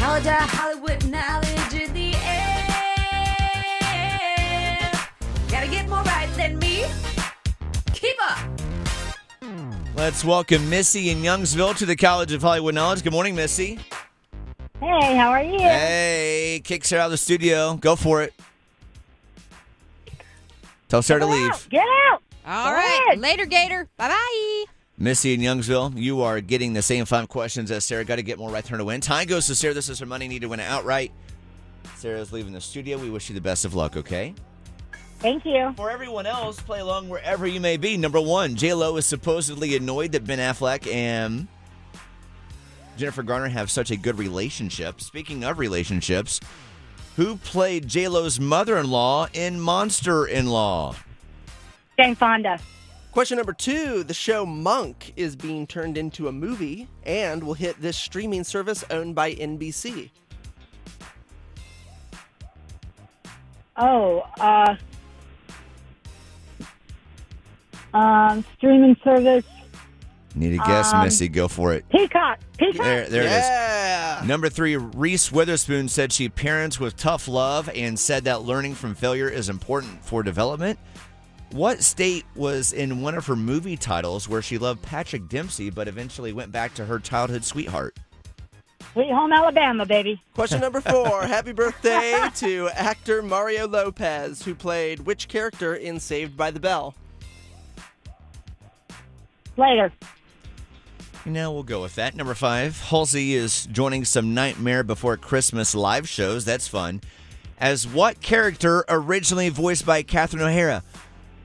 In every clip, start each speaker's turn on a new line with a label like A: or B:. A: Georgia, Hollywood knowledge in the air. Gotta get more right than me. Keep up.
B: Let's welcome Missy in Youngsville to the College of Hollywood Knowledge. Good morning, Missy.
C: Hey, how are you?
B: Hey, kicks her out of the studio. Go for it. Tell Sarah to
C: Get
B: leave.
C: out, Get out.
D: All
C: Go
D: right,
C: ahead.
D: Later, Gator. Bye bye.
B: Missy in Youngsville, you are getting the same five questions as Sarah. Got to get more right turn to win. Time goes to Sarah. This is her money. Need to win it outright. Sarah's leaving the studio. We wish you the best of luck, okay?
C: Thank you.
B: For everyone else, play along wherever you may be. Number one, J-Lo is supposedly annoyed that Ben Affleck and Jennifer Garner have such a good relationship. Speaking of relationships, who played J-Lo's mother-in-law in Monster-in-Law?
C: Jane Fonda.
E: Question number two The show Monk is being turned into a movie and will hit this streaming service owned by NBC.
C: Oh, uh, um, streaming service.
B: Need a guess,
C: Um,
B: Missy. Go for it.
C: Peacock. Peacock.
B: There, there it is.
E: yeah.
B: Number three, Reese Witherspoon said she parents with tough love and said that learning from failure is important for development. What state was in one of her movie titles where she loved Patrick Dempsey but eventually went back to her childhood sweetheart?
C: Sweet Home Alabama, baby.
E: Question number four Happy birthday to actor Mario Lopez, who played which character in Saved by the Bell?
C: Later.
B: Now we'll go with that. Number five, Halsey is joining some Nightmare Before Christmas live shows. That's fun. As what character originally voiced by Catherine O'Hara?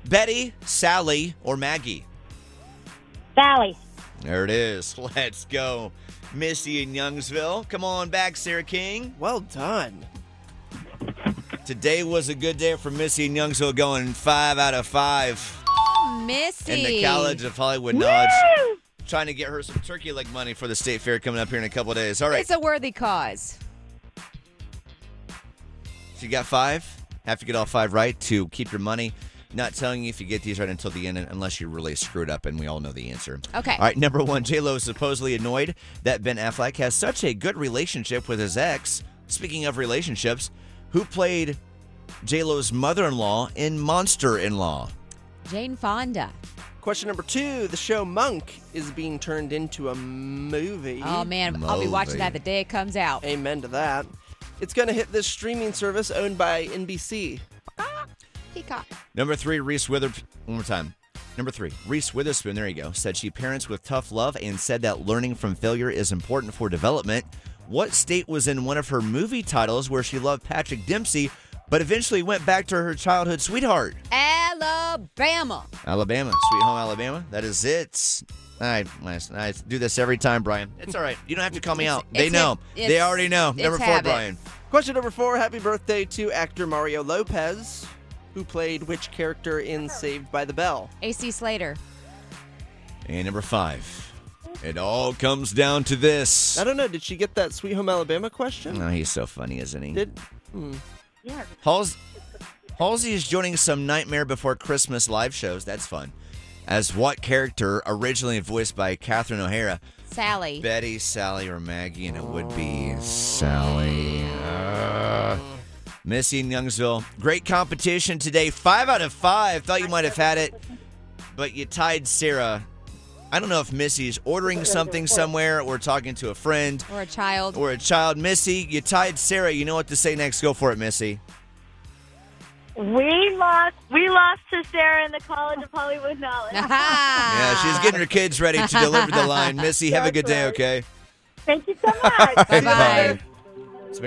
B: Betty, Sally, or Maggie?
C: Sally.
B: There it is. Let's go. Missy in Youngsville. Come on back, Sarah King.
E: Well done.
B: Today was a good day for Missy in Youngsville going five out of five
D: Missy.
B: in the College of Hollywood Knowledge. Trying to get her some turkey leg money for the state fair coming up here in a couple days. All right.
D: It's a worthy cause.
B: If you got five, have to get all five right to keep your money. Not telling you if you get these right until the end, unless you're really screwed up, and we all know the answer.
D: Okay.
B: All right, number one, J Lo is supposedly annoyed that Ben Affleck has such a good relationship with his ex. Speaking of relationships, who played J Lo's mother-in-law in Monster-in-Law?
D: Jane Fonda.
E: Question number two The show Monk is being turned into a movie.
D: Oh man, I'll be watching
B: Moldy.
D: that the day it comes out.
E: Amen to that. It's going to hit this streaming service owned by NBC.
D: Peacock.
B: Number three, Reese Witherspoon. One more time. Number three, Reese Witherspoon. There you go. Said she parents with tough love and said that learning from failure is important for development. What state was in one of her movie titles where she loved Patrick Dempsey, but eventually went back to her childhood sweetheart?
D: Alabama.
B: Alabama, Sweet Home Alabama. That is it. I, I, I do this every time, Brian. It's all right. You don't have to call me out. They
D: it's
B: know.
D: a-
B: they
D: it's-
B: already know.
D: it's
B: Number four,
D: habit.
B: Brian.
E: Question number four Happy birthday to actor Mario Lopez, who played which character in Saved by the Bell?
D: AC Slater.
B: And number five. It all comes down to this.
E: I don't know. Did she get that Sweet Home Alabama question?
B: Oh, he's so funny, isn't he?
E: Did
C: Yeah.
B: Hals- Halsey is joining some Nightmare Before Christmas live shows. That's fun. As what character, originally voiced by Catherine O'Hara,
D: Sally.
B: Betty, Sally, or Maggie, and it would be Sally. Uh, Missy in Youngsville. Great competition today. Five out of five. Thought you might have had it, but you tied Sarah. I don't know if Missy's ordering something somewhere or talking to a friend
D: Or a child.
B: or a child. Missy, you tied Sarah. You know what to say next. Go for it, Missy.
C: We lost. We lost to Sarah in the College of Hollywood Knowledge.
B: Yeah, she's getting her kids ready to deliver the line. Missy, have a good day, okay?
C: Thank you so much.
B: All right,
D: Bye-bye.
B: Let's make some